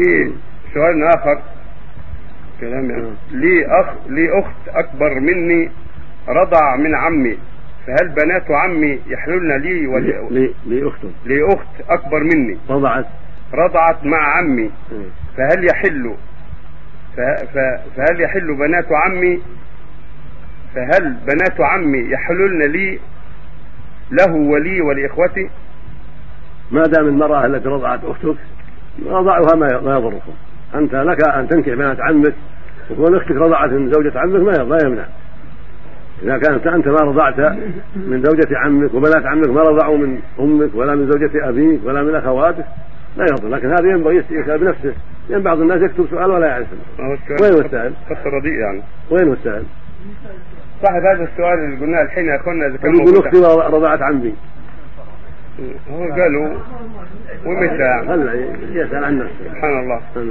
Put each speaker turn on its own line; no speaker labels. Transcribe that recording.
لسؤال اخر كلام يعني
نعم.
لي اخ لي اخت اكبر مني رضع من عمي فهل بنات عمي يحللن لي ولي
لي لي اخته
لي اخت اكبر مني
وضعت
رضعت مع عمي
مم.
فهل يحل فه- ف- فهل يحل بنات عمي فهل بنات عمي يحللن لي له ولي ولاخوتي
ما دام المرأة التي رضعت أختك رضعها ما ما يضركم أنت لك أن تنكح بنات عمك وكون أختك رضعت من زوجة عمك ما لا يمنع إذا كانت أنت ما رضعت من زوجة عمك وبنات عمك ما رضعوا من أمك ولا من زوجة أبيك ولا من أخواتك لا يضر لكن هذا ينبغي يسأل بنفسه لأن بعض الناس يكتب سؤال ولا يعرفه
ما هو السؤال
وين هو
خط-
السؤال؟
خط رديء يعني
وين هو السائل؟
صاحب هذا السؤال اللي قلناه الحين يا اخوانا اذا كان
يقول
موجود-
أختي رضعت عمي
هو قالوا ومتى نعم.
هلا يسأل عن نفسه
سبحان الله